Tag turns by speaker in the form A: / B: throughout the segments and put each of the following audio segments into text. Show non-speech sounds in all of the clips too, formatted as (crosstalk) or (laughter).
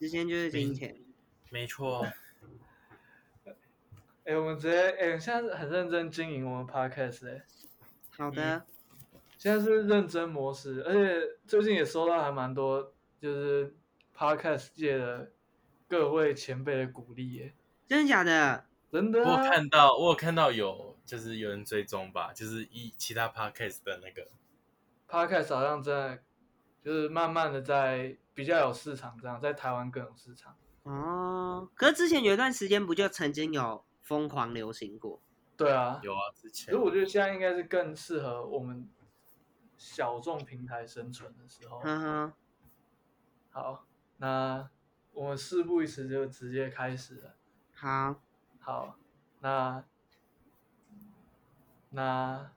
A: 时间就是金钱。
B: 嗯没错，
C: 哎、我们直接哎、现在很认真经营我们 podcast 哎、
A: 好
B: 嗯
A: 的，
C: 现在是认真模式，而且最近也收到还蛮多就是 podcast 界的各位前辈的鼓励耶，
A: 真的假的？
C: 真
B: 我
C: 的、
B: 有
C: 啊，
B: 看到，我有看到有就是有人追踪吧，就是一其他 podcast 的那个，
C: podcast 好像真的就是慢慢的在比较有市场，这样在台湾更有市场。
A: 哦，可是之前有一段时间不就曾经有疯狂流行过？
C: 对啊，
B: 有啊，之前
C: 所以我觉得现在应该是更适合我们小众平台生存的时
B: 哦嗯
C: 候。
A: 哈哈，
C: 好，那我们事不宜迟，就直接开始了。
A: 好，
C: 好，那那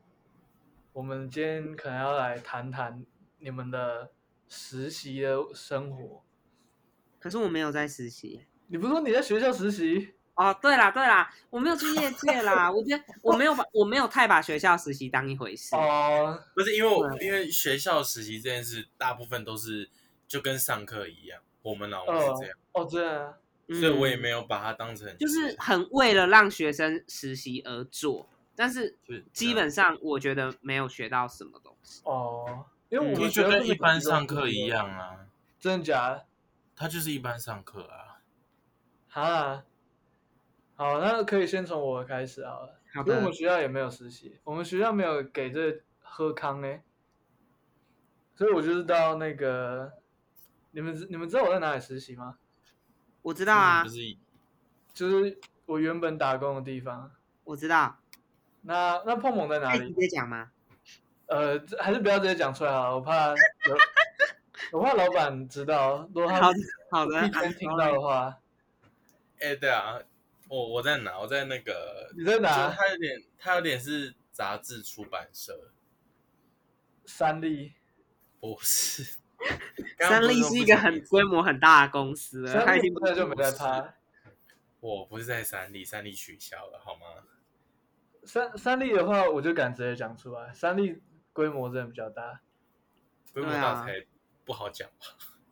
C: 我们今天可能要来谈谈你们的实习的生活。
A: 可是我没有在实习。
C: 你不是说你在学校实习？
A: 哦，对啦对啦，我没有去业界
B: (laughs)
A: 啦，我觉得我没有把我没有太把学校实习当一回事。
C: 哦，
B: 啊不是因为我因为学校实习这件事，大部分都是就跟上课一样，我们老师是这样，
C: 哦，这样啊，
B: 所以我也没
A: 有，
B: 有把它当成
A: 嗯就是很为了让学生实习而做，但是
B: 就是
A: 基本上
B: 啊
A: 我觉得没有学到什么东西。
C: 哦，因
A: 嗯
C: 为我
B: 就就
C: 们学校
B: 跟
C: 根
B: 一
C: 本
B: 般
C: 就
B: 上
C: 不
B: 课
C: 是
B: 一，样啊，
C: 真的假的？
B: 它就是一般上课啊，
C: 哈，好，那可以先从我开始好了，
A: 好
C: 因为我
A: 的
C: 们，学校也没有实习，我们学校没有给这喝康呢，所以我就是到那个，你们知你们知道我在哪里实习吗？
A: 我知道啊
B: 嗯就，是
C: 就是我原本打工的地方。
A: 我知道，
C: 那那碰碰在哪
B: 啊
A: 可以直
C: 里？
A: 接讲吗？哎
C: 呃，这还是不要直接讲出来好了，我怕有，我怕老板知道，如果
A: 好
C: 他
A: 的，好的
C: 一，天听到的话，
B: 哎、对啊，我我在哪？我在那个，
C: 你在
B: 就是
C: 哪？
B: 它有点，它有点是杂志出版社，
C: 三立，
B: 不是。
A: (laughs) 三立是一个很规
B: 模，
A: 模很大的公司了，他
C: 三
A: 已
C: 立
A: 经不
C: 那就没在
B: 是
C: 怕。
B: 我不是在三立，三立取消了好吗？
C: 三三立的话，我就敢直接讲出来。三立规模真的比较大，
B: 规模
A: 对啊
B: 大才不好讲吧？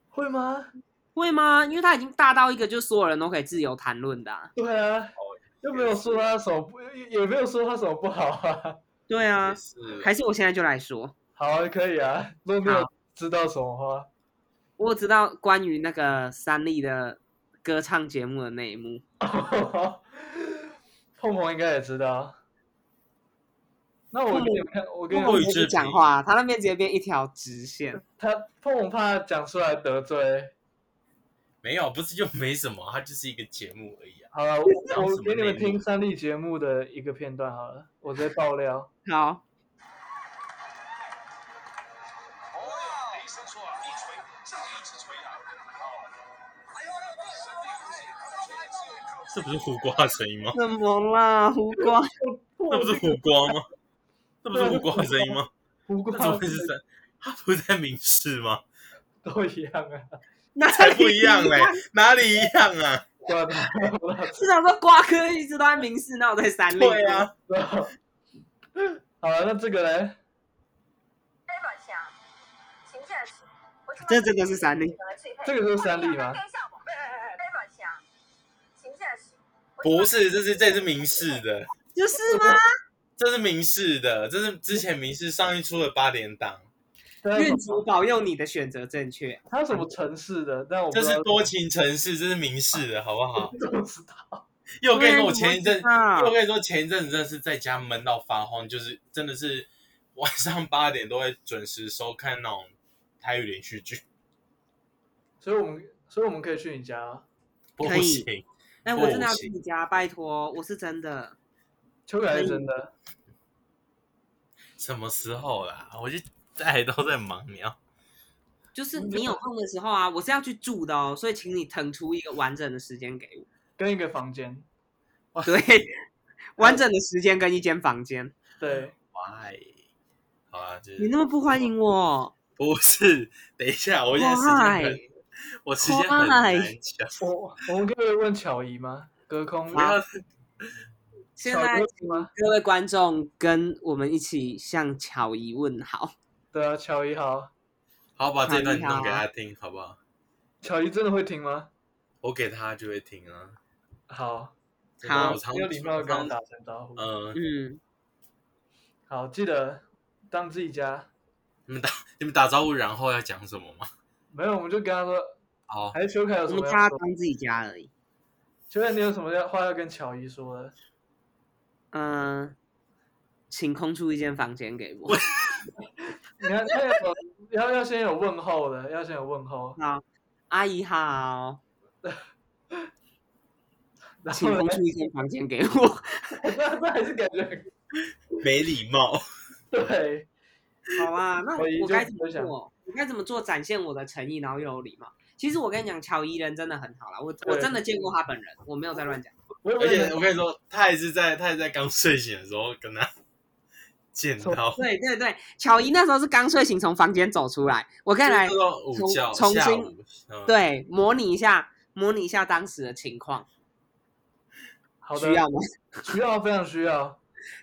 C: 会吗？
A: 会吗？因为他已经大到一个就所有人都可以自由谈论的、啊。
C: 对啊，
B: 哦
C: 又没有说他什么不，也也没有说他什么不好啊。 (laughs)
A: 对啊
B: 也，是
A: 还是我现在就来说，
C: 好啊，可以啊。如果你有
A: 好
C: 知道什么话， (laughs)
A: 我知道关于那个三立的歌唱节目的内幕。
C: 碰碰应该也知道。那我
A: 碰碰
C: 给你们看，我给
A: 跟
B: 碰
C: 你们
B: 碰
A: 我
B: 与置
A: 不
B: 评
A: 讲话，他那边直接变一条直
B: (laughs)
A: 线。
C: 他碰碰怕讲出来得罪。
B: 没有，不是就没什么，它就是一个节目而已啊。
C: 好了，我
B: 讲什
C: 我
B: 么啊
C: 给你们
B: 内幕
C: 听三立节目的一个片段好了，我直接爆料。
A: 好，
D: 哦，雷声说啊，一锤，这一直锤啊。哦，哎
B: 这
D: 呦，身体不行，
B: 不是胡瓜的声
A: (laughs)
B: 音吗？
A: 怎么啦，胡瓜？
B: 这不是胡瓜吗？这不是胡瓜的声音吗？
C: 胡
A: 啊
B: 那怎么
C: 瓜
B: 会是三？他不是在明
A: (laughs)
B: 示吗？
C: 都一样啊。
A: (laughs) 那
B: 才不一样
A: (laughs)
B: 嘞，哪里一样啊？
C: 对吧？
A: 市场说瓜哥一直都在明示，那我在三立。(laughs)
B: 对啊，
C: 好啊了，那这个嘞，
A: 这真的是三立，
C: 这个是三立吗？
B: 不是，这是这是明示的，
A: 就是吗？
B: 这是明示的，这是之前明示上一出的八点档，
C: 但
A: 愿主保佑你的选择正确。
C: 它什么城市的？但我不
B: 这
C: 知
B: 是
C: 道
B: 多情城市，这是明示的，好不
A: (laughs)
B: 好？
C: 不知道。
B: 又跟你说，我前一阵，
A: 对啊
B: 又跟你说前一阵子真的是在家闷到发慌，就是真的是 (laughs) 晚上八点都会准时收看那种台语连续剧，
C: 所以我们，所以我们可以去你家啊。
B: 不
A: 可以
B: 行，
A: 哎，
B: 不
A: 我真的要
B: 行
A: 去你家，拜托，我是真的。
C: 修改是真的，
B: 什么时候啦？我就在都在忙，你
C: (laughs)
B: 要
C: 嗯
A: 就是你有空的时候啊，我是要去住的哦，所以请你腾出一个完整的时间给
C: 跟一个房间。
A: 我。 (laughs) 对，完整的时间跟一间房间。
C: 对，
B: why？好啦，就是
A: 你那么不欢迎我
B: 不是，等一下，我现在时间很
A: Why？，
B: 我时间很难抢。
C: 我我们可以问巧姨吗？隔空
B: 不要，
A: 现
C: 巧
A: 在
C: 哥吗？
A: 各位观众跟我们一起向巧姨问好。 (laughs)
C: 对啊，巧姨好。
A: 啊
B: 好把这段弄给他听，好不好？
C: 巧姨真的会听吗？
B: 我给他就会听啊。
C: 好，
B: 真的
A: 好
B: 我常
C: 有礼貌地跟他
B: 常
C: 打声招呼。
B: 嗯，
A: 嗯，
C: 好，记得当自己家。
B: 你们打你们打招呼，然后要讲什么吗？ (laughs)
C: 没有，我们就跟他说，
B: 好，
C: 还是邱凯有
A: 我
C: 什么
A: 们
C: 要
A: 家
C: 说？
A: 当自己家而已。
C: 邱凯，你有什么要话要跟乔伊说的？
A: 嗯、请空出一间房间给我。
C: 你看，他有要要先有问候的，要先有问候，
A: 好，阿姨好，
C: 然后
A: 请空
C: 呢，
A: 出一间房间给我。
C: (laughs) 这还是感觉
B: 没礼貌。
C: 对，
A: 好啦，那我
C: 乔伊
A: 我
C: 就
A: 该怎么
C: 分享
A: 做？我该怎么做展现我的诚意，然后又有礼貌？其实我跟你讲，乔伊人真的很好啦，我我
C: 对
A: 真的见过他本人，我没有在乱讲。
C: 我以
B: (laughs) 而且
C: 为
B: 我跟你说，他也是在他也在刚睡醒的时候跟他 (laughs) 见到，
A: 对对对，乔伊那时候是刚睡醒，从房间走出来，我看来
B: (laughs) 就到午觉
A: 重
B: 下
A: 新
B: 午，嗯，
A: 对模拟一下，模拟一下当时的情况，
C: 好的
A: 需要吗？
C: 需要非常需要，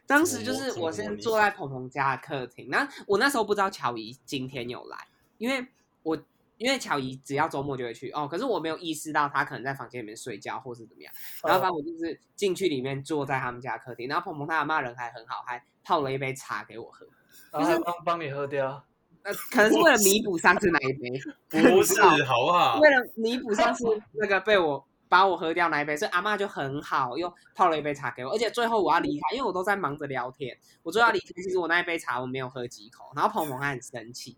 A: 当时就
B: 我
A: 是
B: 怎么
A: 我
B: 模
A: 先
B: 拟
A: 坐在鹏鹏家的客厅，那我那时候不知道乔怡今天有来，因为我因为乔怡只要周末就会去哦，可是我没有意识到她可能在房间里面睡觉或是怎么样，然
B: 嗯
A: 后反正
C: 呃
A: 我就是进去里面坐在他们家客厅，然后鹏鹏他阿妈人还很好，还泡了一杯茶给我喝，
C: 然后还帮帮你喝掉，
A: 呃，可能是为了弥补上次那一杯，
B: 不是好不 (laughs) 好？
A: 为了弥补上次那个被我把我喝掉那一杯，所以阿妈就很好，又泡了一杯茶给我。而且最后我要离开，因为我都在忙着聊天，我最后要离开，其实我那一杯茶我没有喝几口，然后鹏鹏还很生气，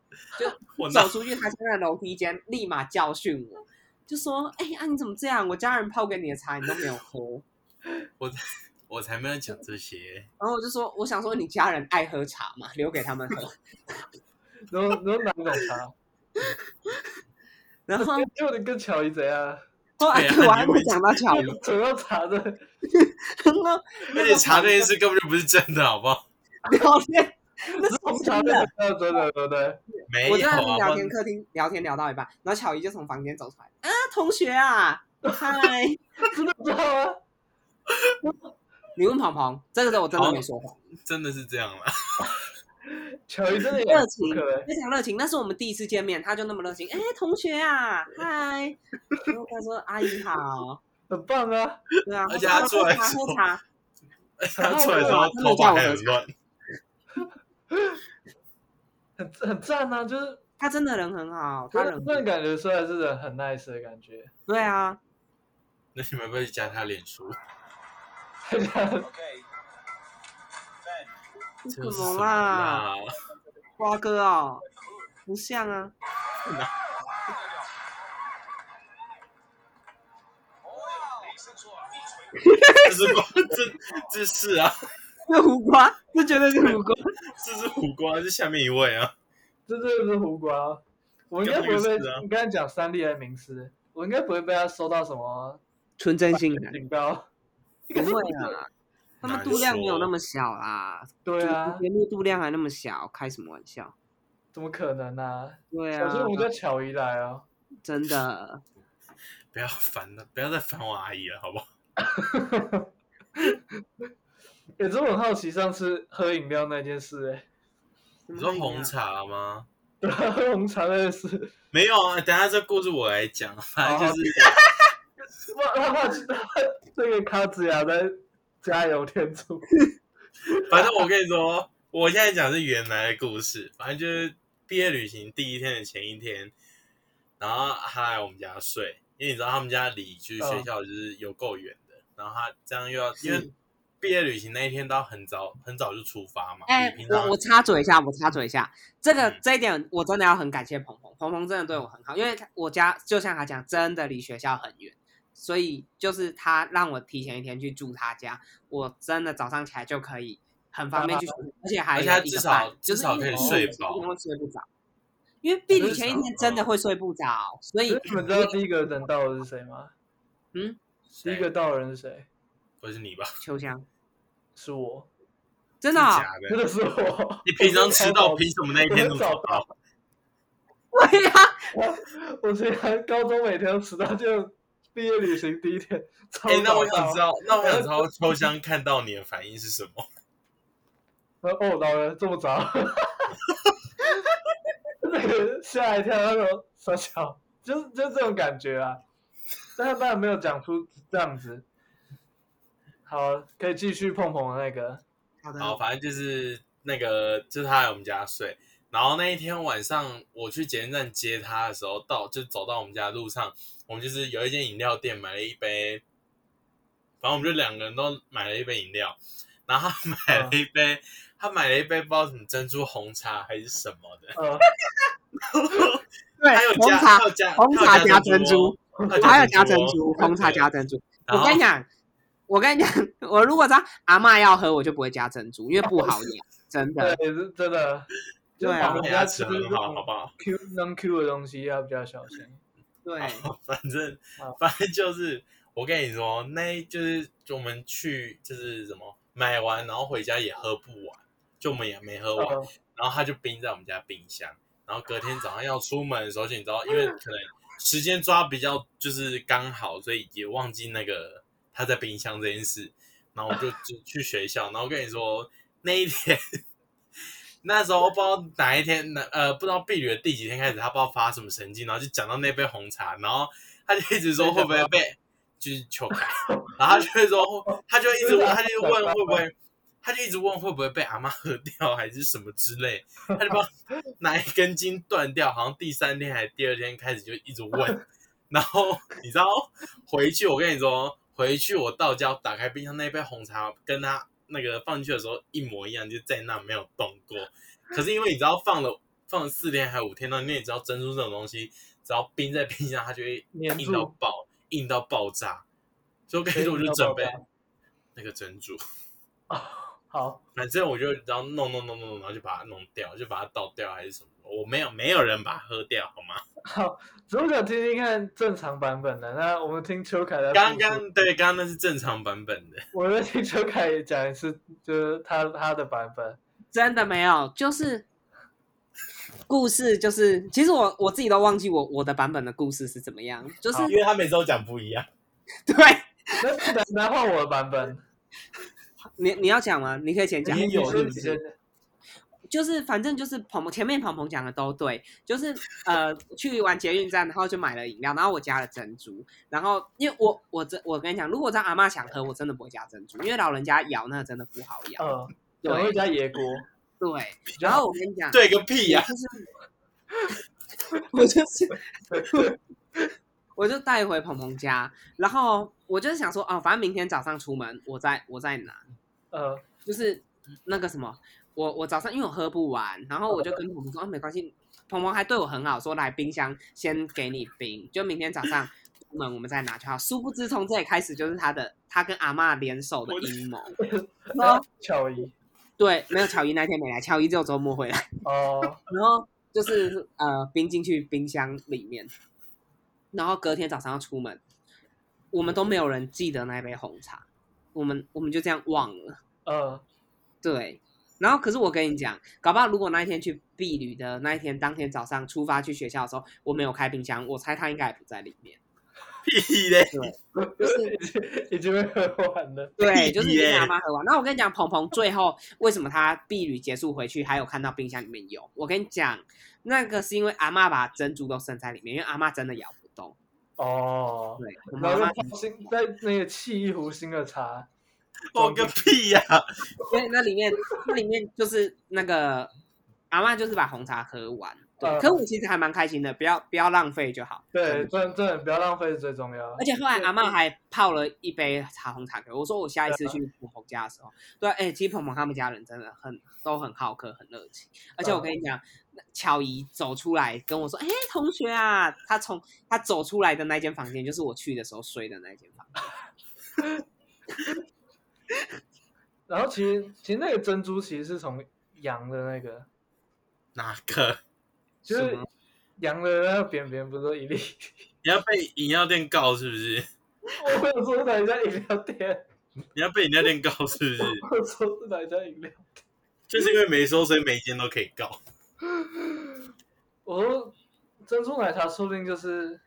B: 我那
A: 走出去，他现在楼梯间立马教训我，就说：“哎、呀、啊，你怎么这样？我家人泡给你的茶你都没有喝。” (laughs)
B: 我才没有讲这些，
A: 然后我就说：“我想说你家人爱喝茶嘛，留给他们喝。
C: 然后然后哪一种茶？”
A: 然后
C: 就你跟乔伊怎样？
A: 后来
B: 啊对啊
A: 我还
B: 你会
A: 会讲到巧
C: 那
B: (laughs)
A: 姨，
C: 个主要茶的，
A: 然后
B: 而且查这件事根本就不是真的，好不好？
A: (laughs) 聊天，
B: (laughs)
A: 那
C: 红
A: 是
C: 茶
A: 真
C: 的
A: 的。
C: 真的真的真的，
B: 没有
A: 我在那
B: 啊，
A: 边
B: 好
A: 聊
B: 不
A: 天客厅聊天聊到一半，然后巧姨就从房间走出来，啊，同学啊，嗨，
B: (laughs)
C: 真的知道吗？
A: 你问鹏鹏，这个时候我真的没说谎，
B: 好真的是这样啦。
C: 乔伊真的也
A: 热
C: 很
A: 情
C: 可爱，
A: 非常热情。那是我们第一次见面，他就那么热情，哎，同学啊，嗨，
B: (laughs)
A: 然后他说阿姨好，
C: 很棒啊！
A: 对啊，
B: 而且
A: 他
B: 他出来
A: 喝茶
B: 说
A: 喝茶，
B: 他 (laughs) 出来的时候头发还很乱，
C: 很很赞啊，就是
A: 他真的人很好，他
C: 他
A: 人
C: 真的感觉出来是人很 nice 的感觉。 (laughs)
A: 对啊，
B: 那你们要不要去加他脸书？
D: Okay. Ten.
A: 怎
B: 这是啊
A: 么
B: 什
A: 啦，
B: 啦？
A: 瓜哥哦，不像啊，
D: 哦，没伸错，一锤。
B: 这是瓜，这这是啊，
A: (laughs) 这胡瓜，这绝对是胡瓜，
B: 这是苦瓜，是下面一位啊。
C: 这真的是胡瓜。哦我应该不会
B: 跟那
C: 被
B: 个是啊
C: 你刚才讲三立还是名师，我应该不会被他收到什么
A: 纯真性感，
C: 警告。
A: (laughs) 不会啊，他们度量没有那么小啦，
C: 对啊
A: 主持，节目度量还那么小，开什么玩笑？
C: 怎么可能啊？
A: 对啊
C: 小，时候我们叫巧姨来哦，
A: 真的，
B: 不要烦了，不要再烦我阿姨了，好不好？
C: 也真的欸很好奇上次喝饮料那件事、欸，
B: 你
C: 啊
B: 说红茶吗？
C: 对啊，喝红茶那
B: (laughs)
C: 件事，
B: 没有啊，等一下这故事我来讲。反
C: 哦
B: 正就是
C: (laughs) 哇，他怕这个卡子雅在加油添醋，
B: 反正我跟你说，我现在讲的是原来的故事，反正就是毕业旅行第一天的前一天，然后他来我们家睡，因为你知道他们家离就是
C: 嗯
B: 学校就是有够远的，然后他这样又要因为毕业旅行那一天到很早很早就出发嘛，
A: 哎、
B: 比平常
A: 我我插嘴一下，我插嘴一下，这个、
B: 嗯
A: 这一点我真的要很感谢鹏鹏，鹏鹏真的对我很好，因为他我家就像他讲，真的离学校很远，所以就是他让我提前一天去住他家，我真的早上起来就可以很方便去睡，而且还
B: 而
A: 有
B: 且他
A: 一
B: 至
A: 个
B: 少
A: 伴，就
B: 至
A: 是
B: 少
A: 因为
B: 可以
A: 我
B: 睡
A: 前一
B: 饱
A: 天会睡不着，因为避旅前一天真的会睡不着，所以
C: 所以你们知道第一个人到的是谁吗？第
B: 谁
C: 一个到的人是谁？
B: 不哎是你吧？
A: 秋香
C: 是我，
A: 真的、哦
B: 是。假
C: 真
B: 的？
C: 的是我。
B: 你平常迟到，
C: 我
B: 凭什么那一天那么早到？
A: 对呀、
C: 我虽然高中每天都迟到，就毕业旅行第一天超
B: 哎、
C: 早
B: 那
C: 到。
B: 我想知道，那我想
A: (laughs)
B: 知道秋香看到你的反应是什么？
C: 呃，哦，老人这么早， (laughs) 那个吓一跳，那种傻笑，就是就是这种感觉啊。但是当然没有讲出这样子。好，可以继续碰碰的那个，
A: 好的，
B: 好，反正就是那个，就是他来我们家睡。然后那一天晚上，我去捷运站接他的时候，到就走到我们家的路上，我们就是有一间饮料店买了一杯，反正我们就两个人都买了一杯饮料。然后他买
A: 嗯
B: 了一杯，他买了一杯不知道什么珍珠红茶还是什么
A: (laughs)
B: 的，
C: 呃，
B: 他有
A: 对，哎红
B: 加
A: 茶
B: 他有加
A: 红
B: 他
A: 茶
B: 有
A: 加
B: 珍
A: 珍珠，
B: 哦，
A: 还有
B: 加
A: 加珍珠，
B: 哦
A: 红茶加珍珠。
B: 然
A: 我
B: 后
A: 跟你讲，我跟你讲，我如果知道阿嬷要喝，我就不会加珍珠，因为不好养，真的。
C: 对，是真的， (laughs) 就
A: 对
C: 是
A: 啊
C: 我
B: 对
C: 们
B: 对
C: 家
B: 牙
C: 吃
B: 齿
C: 这
B: 很好，好
C: 种
B: 不好？
C: Q 能 Q 的东西要比较小心。
A: 对，
B: (laughs) 好反正 (laughs)
C: 好
B: 反正就是我跟你说，那就是就我们去就是什么买完，然后回家也喝不完，就我们也没喝完，
C: 呃
B: 然后他就冰在我们家冰箱，然后隔天早上要出门的时候，就你知道，因为可能时间抓比较就是刚好，所以也忘记那个他在冰箱这件事，然后我就就去学校，然后我跟你说那一天。那时候不知道哪一天，哪呃不知道碧旅的第几天开始，他不知道发什么神经，然后就讲到那杯红茶，然后他就一直说会不会被就是球开，然后他就会说，他就一直问，他就问会不会，他就一直问会不会被阿妈喝掉还是什么之类，他就把哪一根筋断掉，好像第三天还是第二天开始就一直问，然后你知道回去我跟你说，回去我到家我打开冰箱那杯红茶跟他那个放进去的时候一模一样，就在那没有动过，可是因为你知道放了放了四天还五天，那你也知道珍珠这种东西，只要冰在冰箱它就会
C: 黏
B: 硬到
C: 住，
B: 爆，硬到爆炸。所以我跟你说，我就准备那个珍珠，
C: 好，
B: 反正我就然后弄弄弄弄，弄然后就把它弄掉，就把它倒掉还是什么。我没有没有人把它喝掉，好吗？
C: 如果想听听看正常版本的，那我们听邱凯的。
B: 刚刚对，刚刚那是正常版本的，
C: 我在听邱凯也讲一次，就是他他的版本。
A: 真的没有，就是故事就是，其实我我自己都忘记我我的版本的故事是怎么样，就是
B: 因为他每次都讲不一样。
A: 对
C: 那来来换我的版本，
A: 你你要讲吗？你可以先讲，
B: 你有
A: 是
B: 是
A: 不
B: 不
A: 是
B: 是？
A: 就是反正就是鹏鹏前面鹏鹏讲的都对，就是呃去完捷运站，然后就买了饮料，然后我加了珍珠，然后因为我我真我跟你讲，如果让阿嬷想喝，我真的不会加珍珠，因为老人家咬那个真的不好咬。
C: 嗯，有人会
A: 对
C: 加野果，
A: 对，呃然后我跟你讲，
B: 对个屁呀、
A: 我就是 (laughs) 我就是，我就带回鹏鹏家，然后我就是想说，哦，反正明天早上出门，我再我再拿，
C: 呃，
A: 就是那个什么，我我早上因为我喝不完，然后我就跟鹏鹏说、啊、没关系，鹏鹏还对我很好，说来冰箱先给你冰，就明天早上出门我们再拿就好。殊不知从这里开始就是他的他跟阿嬷联手的
B: 我的
A: 阴谋。
C: 那巧姨
A: 对，没有巧姨那天没来，巧姨只有周末回来，
C: 哦，
A: 然后就是呃冰进去冰箱里面，然后隔天早上要出门，我们都没有人记得那一杯红茶，我们我们就这样忘了。
C: 呃，
A: 对，然后可是我跟你讲，搞不好如果那一天去避旅的那一天，当天早上出发去学校的时候，我没有开冰箱，我猜他应该也不在里面。
B: 屁 (laughs) 嘞！
A: 就是 (laughs)
C: 已经已经被喝完了，
A: 对，就是你
B: 耶
A: 阿妈喝完。那我跟你讲，鹏鹏最后为什么他避旅结束回去还有看到冰箱里面有？我跟你讲，那个是因为阿妈把珍珠都剩在里面，因为阿妈真的咬不动。
C: 哦，
A: 对，我们
C: 然
A: 阿
C: 后
A: 妈
C: 就泡新在那个沏一壶新的茶，
B: 我哦个屁呀、
A: 因为那里面那里面就是那个阿妈就是把红茶喝完。对，
C: 嗯
A: 可我其实还蛮开心的，不要不要浪费就好。
C: 对，真真的不要浪费是最重要
A: 而。且后来阿嬷还泡了一杯茶红茶给我，我说我下一次去鹏鹏家的时候，对啊，哎、其实鹏鹏他们家人真的很都很好客，很热情。而且我跟你讲，那巧姨走出来跟我说：“哎、同学啊，她从她走出来的那间房间，就是我去的时候睡的那间房间。
C: 然后其实其实那个珍珠其实是从羊的那个，
B: 哪个？
C: 就
A: 什
C: 是
A: 么
C: 羊的那个扁扁不是都一
A: (laughs)
C: 粒，
B: 你要被饮料店告是不是？
C: 我没有说是哪一家饮料店，
B: 你要被饮料店告是不是？
C: 我说是哪一家饮料。
B: 就是因为没收，所以每一间都可以告。
C: 我说珍珠奶茶说不定就是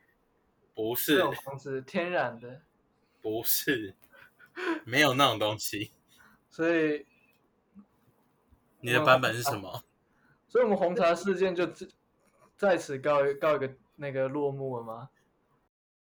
B: 不
C: 这
B: 是
C: 种，方式，天然的，
B: 不是，没有那种东西。
C: 所以
B: 你的版本是什么？
C: 所以我们红茶事件就自在此告一告一个那个落幕了吗？